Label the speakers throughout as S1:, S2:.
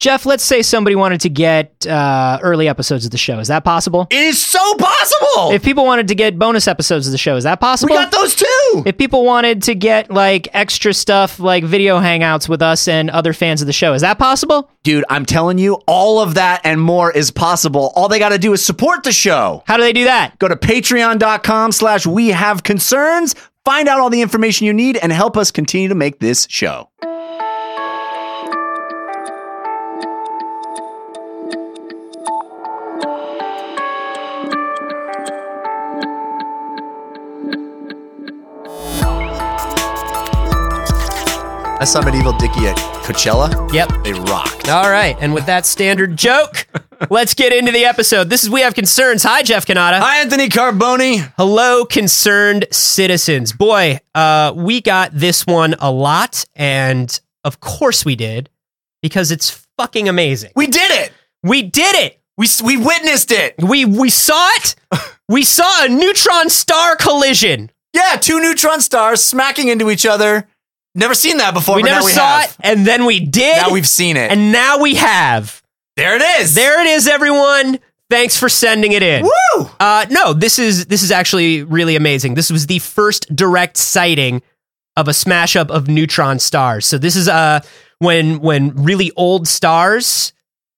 S1: Jeff, let's say somebody wanted to get uh, early episodes of the show. Is that possible?
S2: It is so possible.
S1: If people wanted to get bonus episodes of the show, is that
S2: we
S1: possible?
S2: got those too.
S1: if people wanted to get like extra stuff like video hangouts with us and other fans of the show, is that possible?
S2: Dude, I'm telling you, all of that and more is possible. All they got to do is support the show.
S1: How do they do that?
S2: Go to patreon.com slash we have concerns. Find out all the information you need and help us continue to make this show. I saw Medieval Dicky at Coachella.
S1: Yep.
S2: They rocked.
S1: All right. And with that standard joke, let's get into the episode. This is We Have Concerns. Hi, Jeff Canada.
S2: Hi, Anthony Carboni.
S1: Hello, concerned citizens. Boy, uh, we got this one a lot, and of course we did, because it's fucking amazing.
S2: We did it.
S1: We did it.
S2: We, we witnessed it.
S1: We we saw it. we saw a neutron star collision.
S2: Yeah, two neutron stars smacking into each other. Never seen that before.
S1: we
S2: Oh, but
S1: never
S2: now we
S1: saw
S2: have.
S1: it, and then we did.
S2: Now we've seen it.
S1: and now we have.
S2: there it is.
S1: There it is, everyone. Thanks for sending it in.
S2: Woo!
S1: Uh, no, this is this is actually really amazing. This was the first direct sighting of a smash up of neutron stars. So this is uh when when really old stars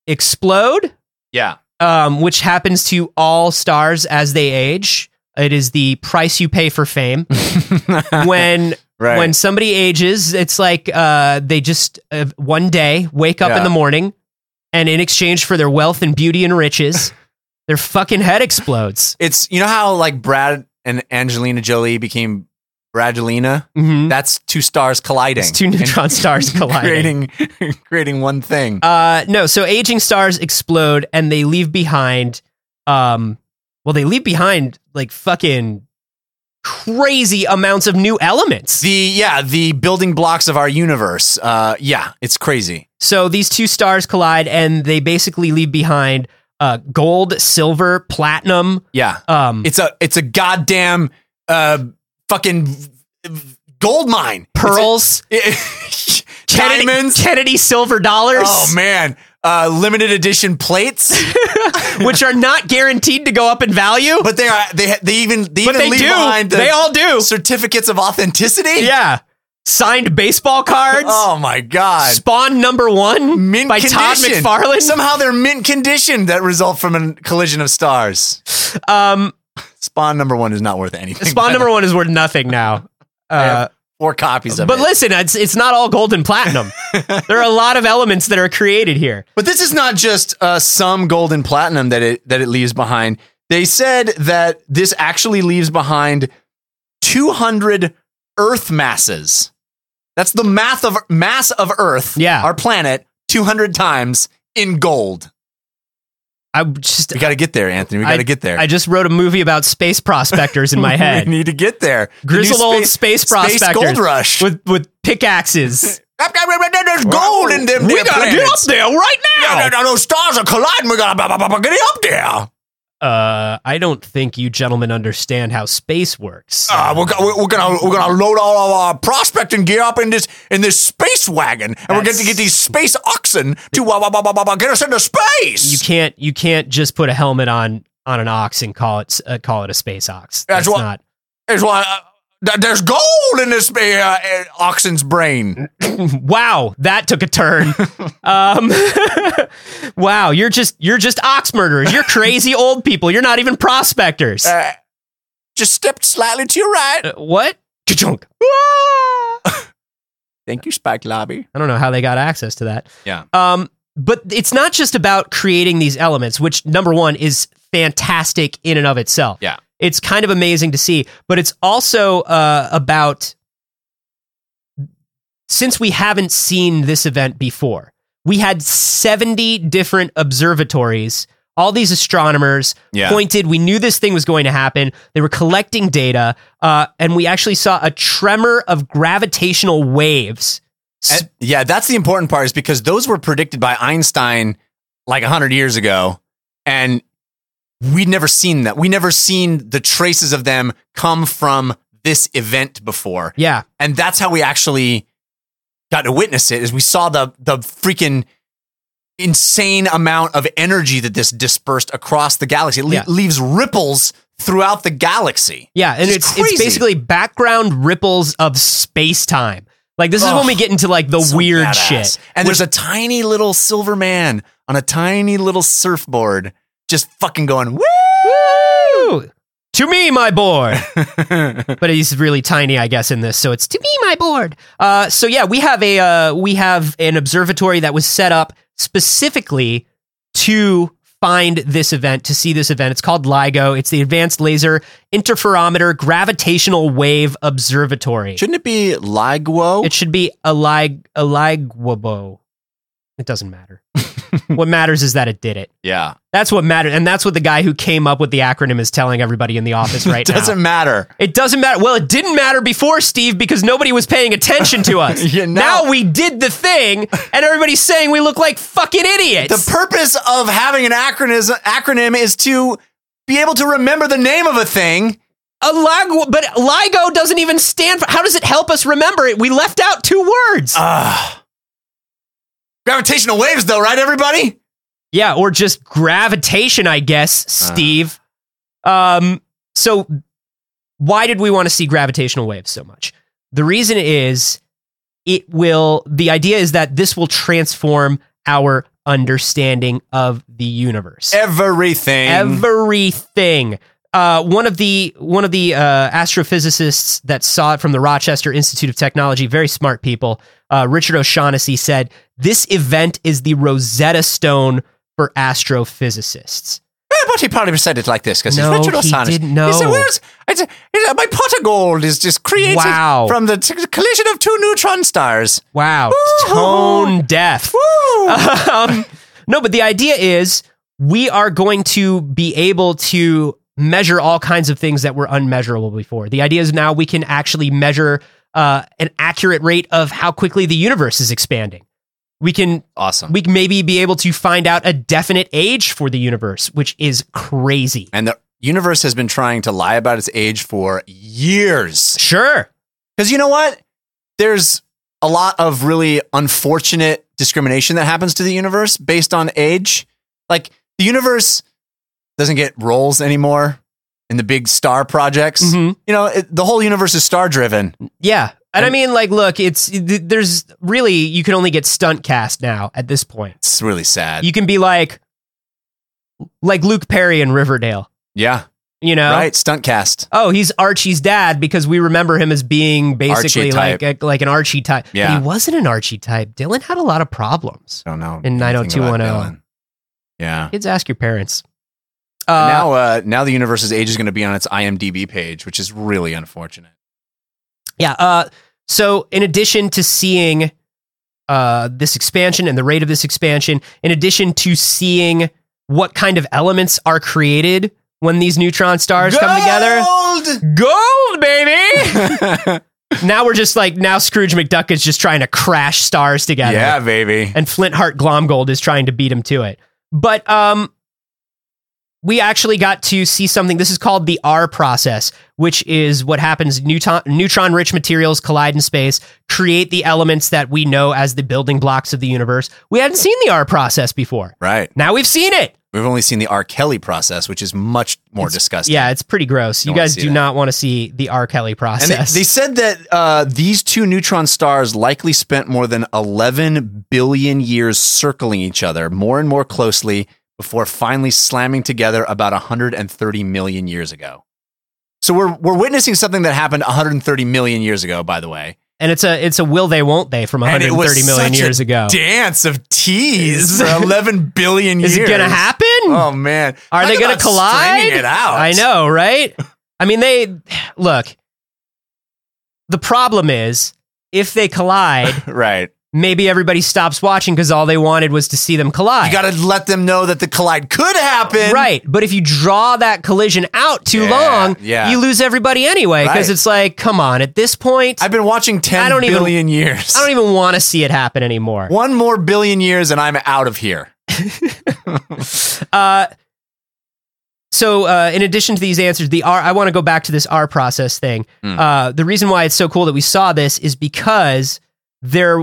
S1: explode,
S2: Yeah.
S1: um, which happens to all stars as they age. It is the price you pay for fame. when
S2: Right.
S1: when somebody ages, it's like uh, they just uh, one day wake up
S2: Yeah.
S1: in the morning, and in exchange for their wealth and beauty and riches, their fucking head explodes.
S2: it's you know how like Brad and Angelina Jolie became Bradgelina.
S1: Mhm.
S2: That's two stars colliding.
S1: It's two neutron stars
S2: and
S1: colliding.
S2: creating creating one thing.
S1: Uh, no, so aging stars explode and they leave behind. Um, well, they leave behind like fucking crazy amounts of new elements.
S2: the yeah the building blocks of our universe. Uh, yeah, it's crazy.
S1: So these two stars collide and they basically leave behind uh, gold, silver, platinum.
S2: Yeah,
S1: Um,
S2: it's a it's a goddamn uh fucking gold mine.
S1: pearls,
S2: It's a-
S1: Kennedy,
S2: diamonds.
S1: Kennedy silver dollars,
S2: Oh man, uh, limited edition plates,
S1: which are not guaranteed to go up in value,
S2: but they are they they even they
S1: but
S2: even
S1: they
S2: leave
S1: do.
S2: behind the
S1: They all do.
S2: certificates of authenticity.
S1: Yeah, signed baseball cards.
S2: Oh my god.
S1: Spawn number one
S2: Mint
S1: by Todd
S2: condition.
S1: McFarlane.
S2: Somehow they're mint condition that result from a collision of stars.
S1: um,
S2: Spawn number one is not worth anything.
S1: Spawn number one is worth nothing now. Uh,
S2: four copies of
S1: but
S2: it.
S1: listen, it's it's not all gold and platinum. there are a lot of elements that are created here.
S2: But this is not just uh, some gold and platinum that it that it leaves behind. They said that this actually leaves behind 200 Earth masses. That's the math of mass of Earth,
S1: Yeah.
S2: our planet, 200 times in gold.
S1: I just
S2: We got to get there, Anthony. We got to get there.
S1: I just wrote a movie about space prospectors in my
S2: we
S1: head.
S2: need to get there. The new
S1: Grizzled old space
S2: Space gold
S1: prospectors.
S2: rush.
S1: with with pickaxes.
S2: There's gold in them.
S1: we
S2: there
S1: gotta get up
S2: planets.
S1: there right now.
S2: No, no, no, stars are colliding. We gotta blah, blah, blah, blah, get up there.
S1: Uh, I don't think you gentlemen understand how space works.
S2: Uh, we're, go- we're, we're gonna we're gonna load all of our prospecting gear up in this in this space wagon, and we're going to
S1: That's-
S2: get these space oxen to uh, blah, blah, blah, blah, blah, get us into space.
S1: you can't you can't just put a helmet on on an ox and call it uh, call it a space ox.
S2: That's
S1: That's,
S2: what-
S1: not.
S2: It's why uh, th- there's gold in this uh, uh, oxen's brain.
S1: wow, that took a turn. um, wow, you're just you're just ox murderers. You're crazy old people. You're not even prospectors.
S2: Uh, just stepped slightly to your right.
S1: Uh, what? Ka-chunk.
S2: Thank you, Spike Lobby.
S1: I don't know how they got access to that.
S2: Yeah.
S1: Um, but it's not just about creating these elements, which number one is fantastic in and of itself.
S2: Yeah.
S1: It's kind of amazing to see, but it's also uh, about since we haven't seen this event before, we had 70 different observatories, all these astronomers
S2: Yeah.
S1: pointed. We knew this thing was going to happen. They were collecting data, uh, and we actually saw a tremor of gravitational waves. S-
S2: And- yeah, that's the important part is because those were predicted by Einstein like 100 years ago and we'd never seen that. We never seen the traces of them come from this event before.
S1: yeah,
S2: And that's how we actually got to witness it is we saw the the freaking insane amount of energy that this dispersed across the galaxy. It le-
S1: Yeah.
S2: leaves ripples throughout the galaxy.
S1: Yeah, and
S2: It's
S1: it's
S2: crazy.
S1: it's basically background ripples of space time. Like this is
S2: Ugh,
S1: when we get into like the
S2: So
S1: weird
S2: badass.
S1: shit.
S2: And there's a tiny little silver man on a tiny little surfboard just fucking going, woo!
S1: Woo! To me, my board. but he's really tiny, I guess, in this. So it's to me, my board. Uh, so yeah, we have a uh, we have an observatory that was set up specifically to find this event, to see this event. It's called LIGO. It's the Advanced Laser Interferometer Gravitational Wave Observatory.
S2: Shouldn't it be Liguo?
S1: It should be Alig Aligwabo. It doesn't matter. what matters is that it did it.
S2: yeah.
S1: That's what matters, and that's what the guy who came up with the acronym is telling everybody in the office right
S2: it doesn't
S1: now.
S2: matter.
S1: It doesn't matter. Well, it didn't matter before, Steve, because nobody was paying attention to us.
S2: Yeah, now-
S1: now, we did the thing, and everybody's saying we look like fucking idiots.
S2: The purpose of having an acronis- acronym is to be able to remember the name of a thing.
S1: Aligwo- but LIGO doesn't even stand for. How does it help us remember it? We left out two words.
S2: Ah. Gravitational waves, though, right, everybody?
S1: Yeah, or just gravitation, I guess, Steve. Um, so why did we want to see gravitational waves so much? The reason is it will the idea is that this will transform our understanding of the universe.
S2: Everything.
S1: Everything. Uh, one of the one of the uh, astrophysicists that saw it from the Rochester Institute of Technology, very smart people, uh, Richard O'Shaughnessy said, "This event is the Rosetta Stone for astrophysicists."
S2: Eh, but he probably said it like this because
S1: No,
S2: he's Richard
S1: he
S2: O'Sonnell.
S1: didn't
S2: He said,
S1: know.
S2: "Where's it's, it's, my pot of gold is just created
S1: Wow.
S2: from the t- collision of two neutron stars."
S1: Wow,
S2: Woo-hoo.
S1: tone deaf.
S2: Woo!
S1: um, no, but the idea is we are going to be able to measure all kinds of things that were unmeasurable before. The idea is now we can actually measure uh, an accurate rate of how quickly the universe is expanding. We can
S2: awesome.
S1: we can maybe be able to find out a definite age for the universe, which is crazy.
S2: and the universe has been trying to lie about its age for years.
S1: Sure.
S2: Because you know what? There's a lot of really unfortunate discrimination that happens to the universe based on age. Like the universe doesn't get roles anymore in the big star projects.
S1: Mhm.
S2: You know, it, the whole universe is star driven.
S1: Yeah. And, I
S2: And-
S1: mean, like, look, it's th- there's really you can only get stunt cast now at this point.
S2: It's really sad.
S1: Uh, you can be like like Luke Perry in Riverdale,
S2: yeah,
S1: you know?
S2: right. Stunt cast.
S1: Oh, he's Archie's dad because we remember him as being basically
S2: Archie type.
S1: like a, like an Archie type. But
S2: Yeah.
S1: he wasn't an Archie type. Dylan had a lot of problems.
S2: I don't know.
S1: In
S2: anything about
S1: 90210.
S2: Dylan. Yeah.
S1: Kids ask your parents.
S2: And
S1: Uh,
S2: now, uh, now the universe's age is going to be on its IMDb page, which is really unfortunate.
S1: yeah. Uh, so in addition to seeing uh, this expansion and the rate of this expansion, in addition to seeing what kind of elements are created when these neutron stars come together, gold, baby.
S2: together.
S1: now we're just like now Scrooge McDuck is just trying to crash stars together.
S2: yeah, baby.
S1: And Flint Heart Glomgold is trying to beat him to it. But um we actually got to see something. This is called the R process, which is what happens. Neutron, neutron rich materials collide in space, create the elements that we know as the building blocks of the universe. We hadn't seen the R process before.
S2: Right.
S1: Now we've seen it.
S2: We've only seen the R. Kelly process, which is much more disgusting.
S1: Yeah, it's pretty gross. You
S2: Don't wanna
S1: guys
S2: see
S1: do
S2: that.
S1: not want to see the R. Kelly
S2: And they,
S1: process.
S2: they said that uh, these two neutron stars likely spent more than 11 billion years circling each other more and more closely before finally slamming together about 130 million years ago. So we're, we're witnessing something that happened 130 million years ago, by the way.
S1: and it's a it's a will they won't they from
S2: And it
S1: 130
S2: was
S1: million
S2: such a
S1: years ago.
S2: Oh. Dance of tease for 11 billion
S1: Is it gonna happen?
S2: Oh, man.
S1: Are
S2: Talk
S1: they gonna
S2: about stringing
S1: collide?
S2: It out.
S1: I know, right? I mean, they look. The problem is, if they collide,
S2: Right.
S1: maybe everybody stops watching because all they wanted was to see them collide.
S2: You got to let them know that the collide could happen.
S1: right, but if you draw that collision out too
S2: Yeah,
S1: long,
S2: yeah.
S1: you lose everybody anyway because
S2: Right.
S1: it's like, come on, at this point, I,
S2: I've been watching 10
S1: I don't even-
S2: billion years.
S1: don't even want to see it happen anymore.
S2: One more billion years and I'm out of here.
S1: Uh, so uh, in addition to these answers, the R I want to go back to this R process thing.
S2: Mm.
S1: Uh, the reason why it's so cool that we saw this is because there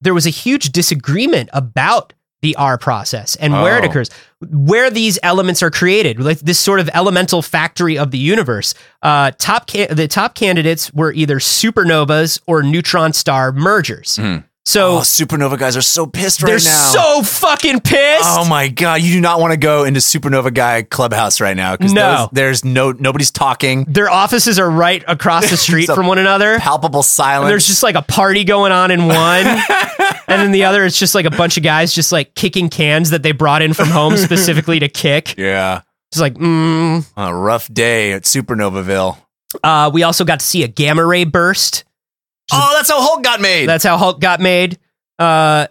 S1: there was a huge disagreement about the R process and where it
S2: Oh.
S1: occurs, where these elements are created, like this sort of elemental factory of the universe. Uh, top ca- the top candidates were either supernovas or neutron star mergers.
S2: Hmm.
S1: So
S2: oh, supernova guys are so pissed
S1: they're
S2: right now.
S1: so fucking pissed.
S2: Oh my god, you do not want to go into Supernova Guy Clubhouse right now because
S1: No.
S2: there's no nobody's talking,
S1: Their offices are right across the street
S2: It's a-
S1: from one another.
S2: palpable silence.
S1: There's just like a party going on in one, and then the other it's just like a bunch of guys just like kicking cans that they brought in from home specifically to kick.
S2: yeah,
S1: It's like, mm.
S2: a rough day at Supernovaville.
S1: uh, we also got to see a gamma ray burst.
S2: Oh, that's how Hulk got made.
S1: That's how Hulk got made. Uh,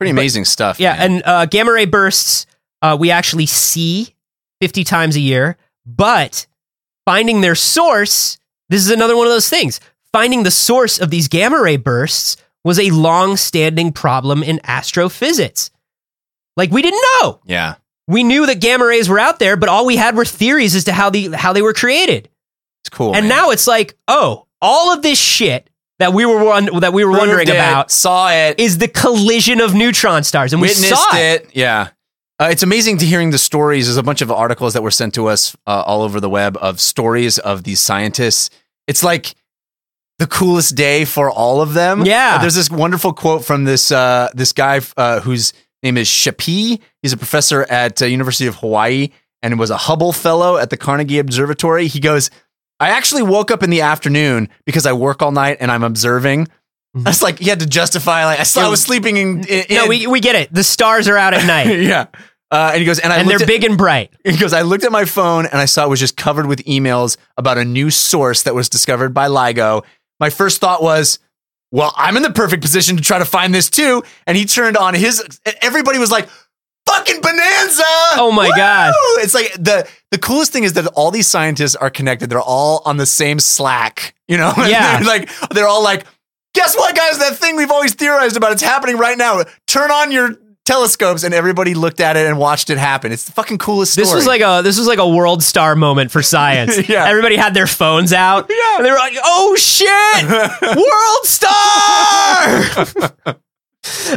S2: pretty amazing stuff.
S1: yeah,
S2: man.
S1: and uh, gamma ray bursts uh, we actually see 50 times a year, but finding their source, this is another one of those things. Finding the source of these gamma ray bursts was a long standing problem in astrophysics. Like, we didn't know.
S2: yeah,
S1: We knew that gamma rays were out there, but all we had were theories as to how, the, how they were created.
S2: it's cool.
S1: and
S2: man.
S1: now it's like, oh, all of this shit that we were, won- that we were wondering
S2: Proved it,
S1: about
S2: saw it,
S1: is the collision of neutron stars. And we
S2: witnessed
S1: saw it.
S2: it. Yeah. Uh, it's amazing to hearing the stories. There's a bunch of articles that were sent to us uh, all over the web of stories of these scientists. It's like the coolest day for all of them.
S1: Yeah.
S2: Uh, there's this wonderful quote from this uh, this guy uh, whose name is Shapi. He's a professor at uh, University of Hawaii and was a Hubble fellow at the Carnegie Observatory. He goes, "I actually woke up in the afternoon because I work all night and I'm observing." That's like he had to justify like I, sl- I was sleeping in. in
S1: Mm-hmm. No, we, we get it. The stars are out at night
S2: yeah. Uh, and he goes, and I
S1: and
S2: looked
S1: they're
S2: at,
S1: big and bright.
S2: he goes, I looked at my phone and I saw it was just covered with emails about a new source that was discovered by LIGO. My first thought was, well, I'm in the perfect position to try to find this too. And he turned on his, everybody was like, fucking bonanza.
S1: Oh my God.
S2: It's like the, the coolest thing is that all these scientists are connected. They're all on the same Slack, you know? And
S1: Yeah.
S2: they're like, they're all like, guess what, guys? That thing we've always theorized about, it's happening right now. Turn on your telescopes. And everybody looked at it and watched it happen. It's the fucking coolest story.
S1: This was like a this was like a world star moment for science.
S2: Yeah.
S1: Everybody had their phones out.
S2: Yeah.
S1: And they were like, oh shit! world star.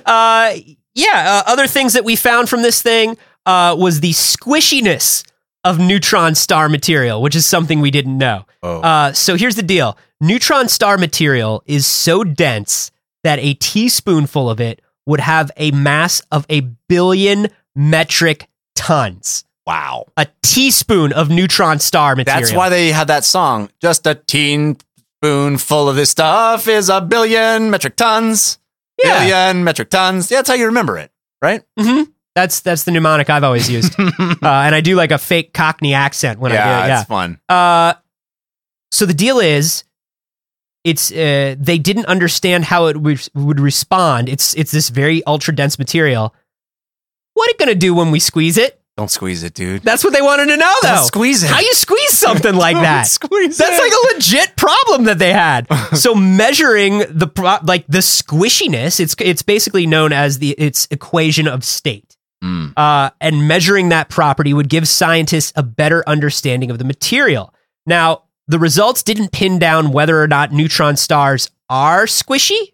S1: uh yeah, uh, other things that we found from this thing uh, was the squishiness of neutron star material, which is something we didn't know.
S2: Oh.
S1: Uh, so here's the deal neutron star material is so dense that a teaspoonful of it would have a mass of a billion metric tons.
S2: wow.
S1: A teaspoon of neutron star material.
S2: That's why they had that song. Just a teen spoon full of this stuff is a billion metric tons.
S1: Yeah.
S2: Billion metric tons. Yeah, that's how you remember it, right?
S1: hmm That's that's the mnemonic I've always used, uh, and I do like a fake Cockney accent when I do it. Yeah,
S2: it's fun.
S1: Uh, so the deal is, it's uh, they didn't understand how it would, would respond. It's it's this very ultra dense material. What it gonna do when we squeeze it?
S2: Don't squeeze it, dude.
S1: That's what they wanted to know,
S2: Don't
S1: though.
S2: squeeze it.
S1: How you squeeze something like
S2: Don't
S1: that?
S2: Squeeze
S1: That's
S2: it.
S1: like a legit problem that they had. so measuring the pro- like the squishiness, it's it's basically known as the its equation of state.
S2: Mm.
S1: Uh, and measuring that property would give scientists a better understanding of the material. Now, the results didn't pin down whether or not neutron stars are squishy,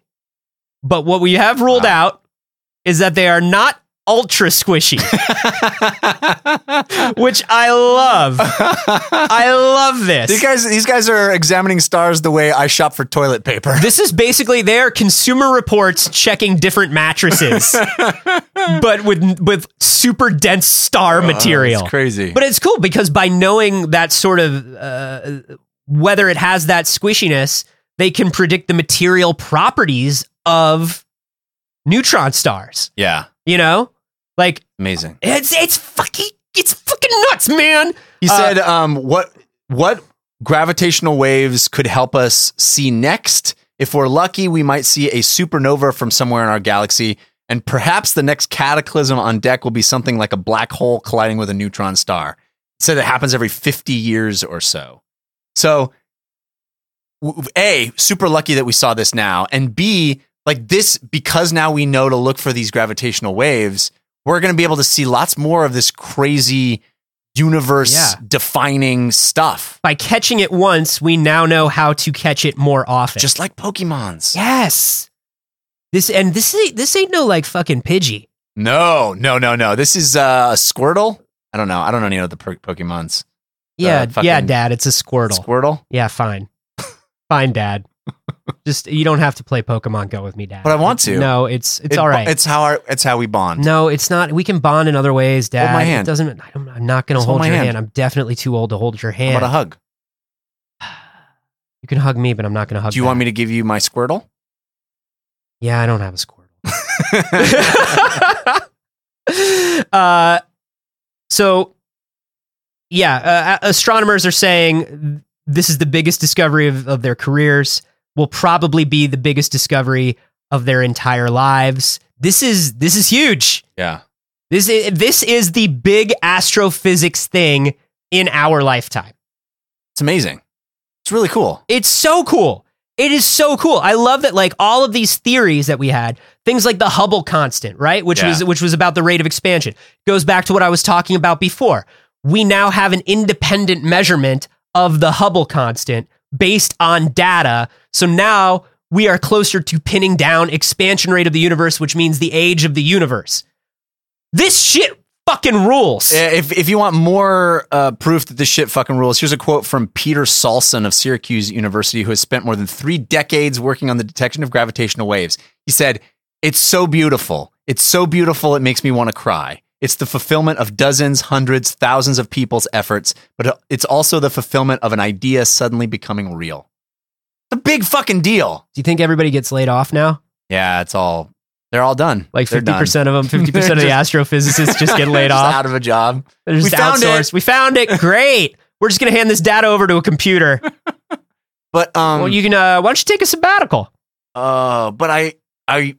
S1: but what we have ruled out is that they are not ultra squishy, which I love. I love this.
S2: these guys, these guys are examining stars the way I shop for toilet paper.
S1: This is basically their consumer reports checking different mattresses, but with with super dense
S2: Oh,
S1: star material.
S2: It's crazy.
S1: but it's cool because by knowing that sort of uh, whether it has that squishiness, they can predict the material properties of neutron stars.
S2: yeah,
S1: You know, like
S2: amazing.
S1: it's it's fucking it's fucking nuts, man.
S2: He
S1: Uh,
S2: said, um, "What what gravitational waves could help us see next? If we're lucky, we might see a supernova from somewhere in our galaxy, and perhaps the next cataclysm on deck will be something like a black hole colliding with a neutron star." He said it happens every fifty years or so. So, w- a super lucky that we saw this now, and b like this because now we know to look for these gravitational waves. We're going to be able to see lots more of this crazy universe
S1: Yeah.
S2: defining stuff,
S1: By catching it once, we now know how to catch it more often.
S2: just like Pokemon's.
S1: yes. This and this ain't this ain't no like fucking Pidgey.
S2: No, no, no, no. This is uh, a Squirtle. I don't know. I don't know any of the po- Pokemons.
S1: Yeah,
S2: Uh,
S1: yeah,
S2: fucking
S1: Dad. It's a Squirtle.
S2: Squirtle.
S1: yeah, fine, fine, Dad. Just you don't have to play Pokemon Go with me, Dad.
S2: But I want to.
S1: No, it's it's
S2: It-
S1: all right.
S2: It's how our, it's how we bond.
S1: no, it's not. We can bond in other ways, Dad.
S2: Hold my
S1: It
S2: hand.
S1: doesn't. I don't, I'm not going to
S2: Just
S1: hold
S2: hold my
S1: your hand.
S2: hand.
S1: I'm definitely too old to hold your
S2: How
S1: hand.
S2: about a hug?
S1: you can hug me, but I'm not going to hug.
S2: Do you want me to give you my Squirtle?
S1: Yeah, I don't have a Squirtle. uh, so, yeah, uh, a- astronomers are saying this is the biggest discovery of, of their careers, will probably be the biggest discovery of their entire lives. This is this is huge.
S2: yeah.
S1: This is, this is the big astrophysics thing in our lifetime.
S2: It's amazing. It's really cool.
S1: It's so cool. It is so cool. I love that like all of these theories that we had, things like the Hubble constant, right? Which
S2: Yeah.
S1: was which was about the rate of expansion. Goes back to what I was talking about before. We now have an independent measurement of the Hubble constant based on data. So now we are closer to pinning down expansion rate of the universe, which means the age of the universe. This shit fucking rules.
S2: Uh, If if you want more uh, proof that this shit fucking rules, here's a quote from Peter Salson of Syracuse University, who has spent more than three decades working on the detection of gravitational waves. He said, "It's so beautiful. It's so beautiful. It makes me want to cry. It's the fulfillment of dozens, hundreds, thousands of people's efforts, but it's also the fulfillment of an idea suddenly becoming real. It's a big fucking deal.
S1: Do you think everybody gets laid off now?
S2: Yeah, it's all. They're all done.
S1: Like
S2: They're
S1: fifty
S2: done.
S1: percent of them, fifty percent of the astrophysicists just get laid
S2: Just
S1: off.
S2: out of a job.
S1: They're just
S2: We found it.
S1: outsourced. We found it. Great. We're just gonna hand this data over to a computer.
S2: But um,
S1: well, you can. Uh, why don't you take a sabbatical?
S2: Uh, but I, I,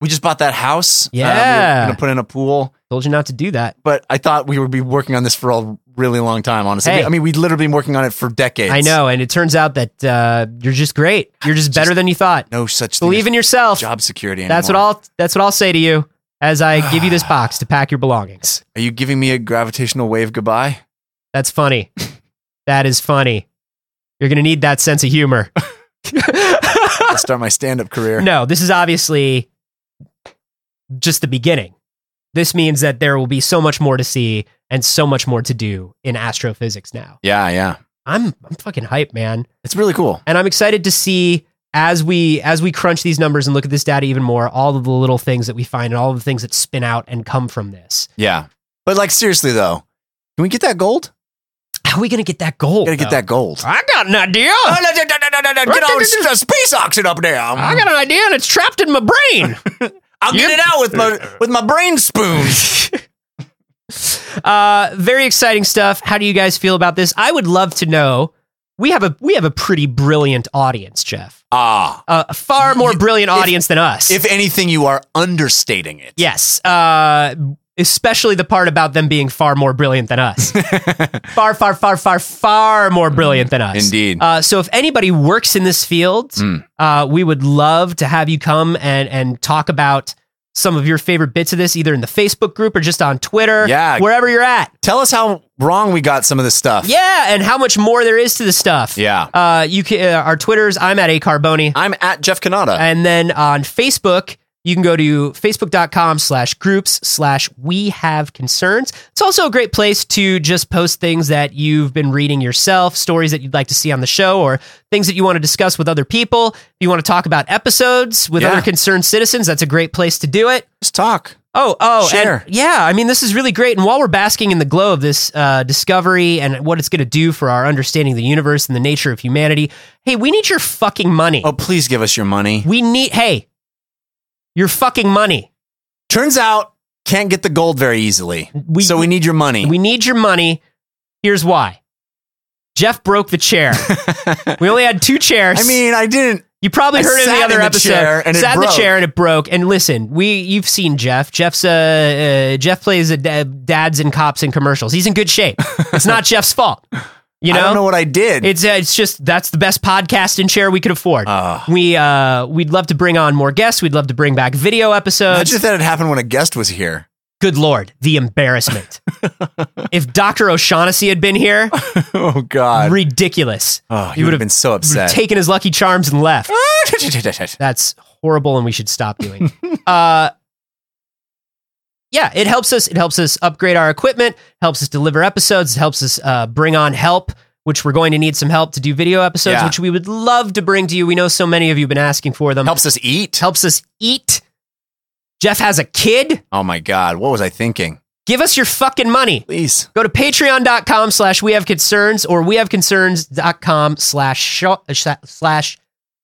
S2: we just bought that house. Uh, we were
S1: Yeah.
S2: gonna put in a pool.
S1: Told you not to do that.
S2: But I thought we would be working on this for a really long time. Honestly,
S1: Hey.
S2: I mean, we'd literally been working on it for decades.
S1: I know, and it turns out that uh, you're just great. You're just, better than you thought.
S2: No such
S1: Believe in
S2: thing
S1: yourself.
S2: as job security. Anymore.
S1: That's what I'll. That's what I'll say to you as I give you this box to pack your belongings.
S2: Are you giving me a gravitational wave goodbye?
S1: That's funny. that is funny. You're gonna need that sense of humor.
S2: I'll start my stand-up career.
S1: No, this is obviously just the beginning. This means that there will be so much more to see and so much more to do in astrophysics now.
S2: Yeah, yeah.
S1: I'm I'm fucking hyped, man.
S2: It's really cool.
S1: And I'm excited to see as we as we crunch these numbers and look at this data even more, all of the little things that we find and all of the things that spin out and come from this.
S2: Yeah. But like seriously though, can we get that gold?
S1: How are we gonna get that gold?
S2: We gotta get
S1: though?
S2: that gold.
S1: I got an idea.
S2: Oh, no, no, no, no, no, no, Get all the space oxygen up there.
S1: I got an idea and it's trapped in my brain.
S2: I'll get
S1: Yep.
S2: it out with my with my brain spoon.
S1: Uh, very exciting stuff. How do you guys feel about this? I would love to know. We have a we have a pretty brilliant audience, Jeff.
S2: ah.
S1: Uh, a far more brilliant
S2: If-
S1: audience than us.
S2: If anything, you are understating it.
S1: yes, uh, especially the part about them being far more brilliant than us. far, far, far, far, far more brilliant than us.
S2: Indeed.
S1: Uh, so if anybody works in this field,
S2: Mm.
S1: uh, we would love to have you come and and talk about some of your favorite bits of this, either in the Facebook group or just on Twitter,
S2: Yeah.
S1: wherever you're at.
S2: Tell us how wrong we got some of this stuff.
S1: Yeah, and how much more there is to the stuff.
S2: Yeah.
S1: Uh, you can uh, our Twitters. I'm at a carboni,
S2: I'm at Jeff Canada.
S1: and then on Facebook. You can go to facebook.com slash groups slash we have concerns. It's also a great place to just post things that you've been reading yourself, stories that you'd like to see on the show, or things that you want to discuss with other people. If you want to talk about episodes with
S2: Yeah.
S1: other concerned citizens, that's a great place to do it.
S2: Let's talk.
S1: Oh, oh, and-
S2: Share.
S1: yeah. I mean, this is really great. And while we're basking in the glow of this uh, discovery and what it's going to do for our understanding of the universe and the nature of humanity, hey, we need your fucking money.
S2: Oh, please give us your money.
S1: We need, hey, your fucking money.
S2: Turns out, can't get the gold very easily.
S1: We-
S2: so we need your money.
S1: We need your money. Here's why. Jeff broke the chair. we only had two chairs.
S2: I mean, I didn't.
S1: You probably
S2: I
S1: heard it in
S2: sat
S1: the other
S2: in the
S1: episode.
S2: chair and it
S1: sat in the
S2: broke.
S1: chair and it broke. And listen, we you've seen Jeff. Jeff's uh, uh Jeff plays a da- dads and cops in commercials. He's in good shape. It's not Jeff's fault. You
S2: I
S1: know,
S2: don't know what I did.
S1: it's uh, it's just that's the best podcast and chair we could afford.
S2: Ah.
S1: we uh we'd love to bring on more guests. We'd love to bring back video
S2: I
S1: episodes.
S2: just thought it happened when a guest was here.
S1: good lord, the embarrassment. if Doctor O'Shaughnessy had been here,
S2: Oh God.
S1: ridiculous.
S2: oh,
S1: you
S2: you would
S1: would've
S2: have been so upset.
S1: Taken his lucky charms and left. That's horrible and we should stop doing. uh, yeah, it helps us. It helps us upgrade our equipment. Helps us deliver episodes. It helps us uh, bring on help, which we're going to need some help to do video episodes,
S2: Yeah.
S1: which we would love to bring to you. We know so many of you have been asking for them.
S2: Helps us eat.
S1: helps us eat. Jeff has a kid.
S2: Oh my God. What was I thinking?
S1: Give us your fucking money.
S2: Please.
S1: Go to patreon.com slash we have concerns or we have concerns.com slash shop slash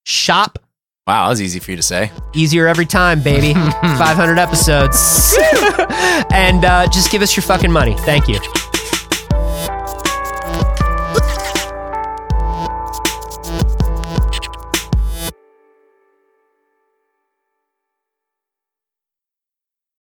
S1: shop.
S2: Wow, that was easy for you to say.
S1: Easier every time, baby. 500 episodes. and uh, just give us your fucking money. Thank you.